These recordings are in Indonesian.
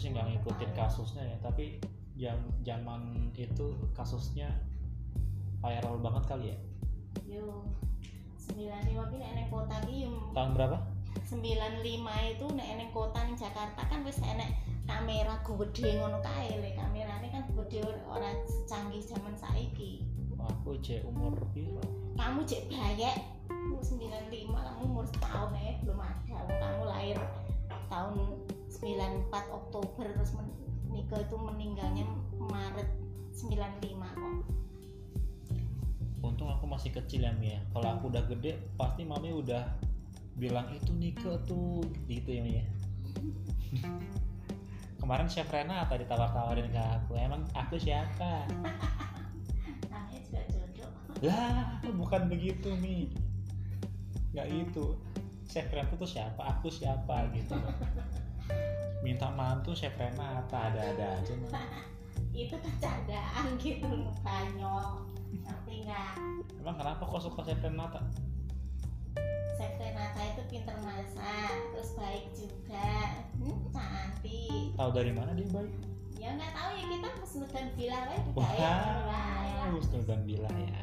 sih nggak ngikutin kasusnya ya tapi jam zaman itu kasusnya viral banget kali ya yo sembilan lima ki nek neng kota ki yo tahun berapa 95 itu nek neng kota neng Jakarta kan wis enek kamera gede ngono kae le kamerane kan gede ora canggih zaman saiki Wah, aku cek umur piro kamu cek bayek umur 95 kamu umur setahun eh belum ada Wong kamu lahir tahun 94 Oktober terus men- Niko itu meninggalnya Maret 95 kok untung aku masih kecil ya Mia kalau aku udah gede pasti mami udah bilang itu Nike tuh gitu ya Mia kemarin chef Renata ditawar-tawarin ke aku emang aku siapa namanya juga jodoh lah bukan begitu Mi nggak gitu chef Renata tuh siapa aku siapa gitu loh minta mantu chef Renata ada-ada aja Mi. itu kecandaan gitu banyak ngerti nggak emang kenapa kok suka chef Renata Chef Renata itu pinter masak terus baik juga hmm, cantik tahu dari mana dia baik ya nggak tahu ya kita musnudan bilang wae wah budaya ngono wae lah. Husnudan Bila ya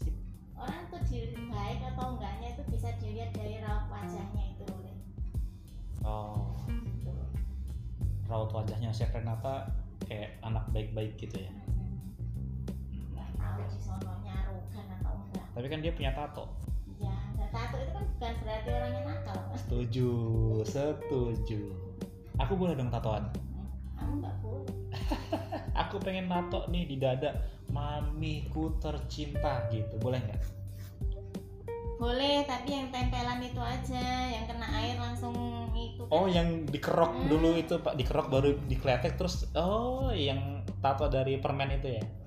Sip. orang tuh diri baik atau enggaknya itu bisa dilihat dari raut wajahnya itu Le. oh Gitu. raut wajahnya Chef Renata kayak anak baik-baik gitu ya nggak Nah. tahu di sononya arogan atau enggak tapi kan dia punya tato ya nggak tahu itu kan bukan berarti orangnya nakal kan setuju setuju aku boleh dong tatoan kamu nggak boleh aku pengen tato nih di dada mamiku tercinta gitu boleh nggak boleh tapi yang tempelan itu aja yang kena air langsung itu kan oh yang dikerok dulu itu pak dikerok baru dikletek terus oh yang tato dari permen itu ya Hmm.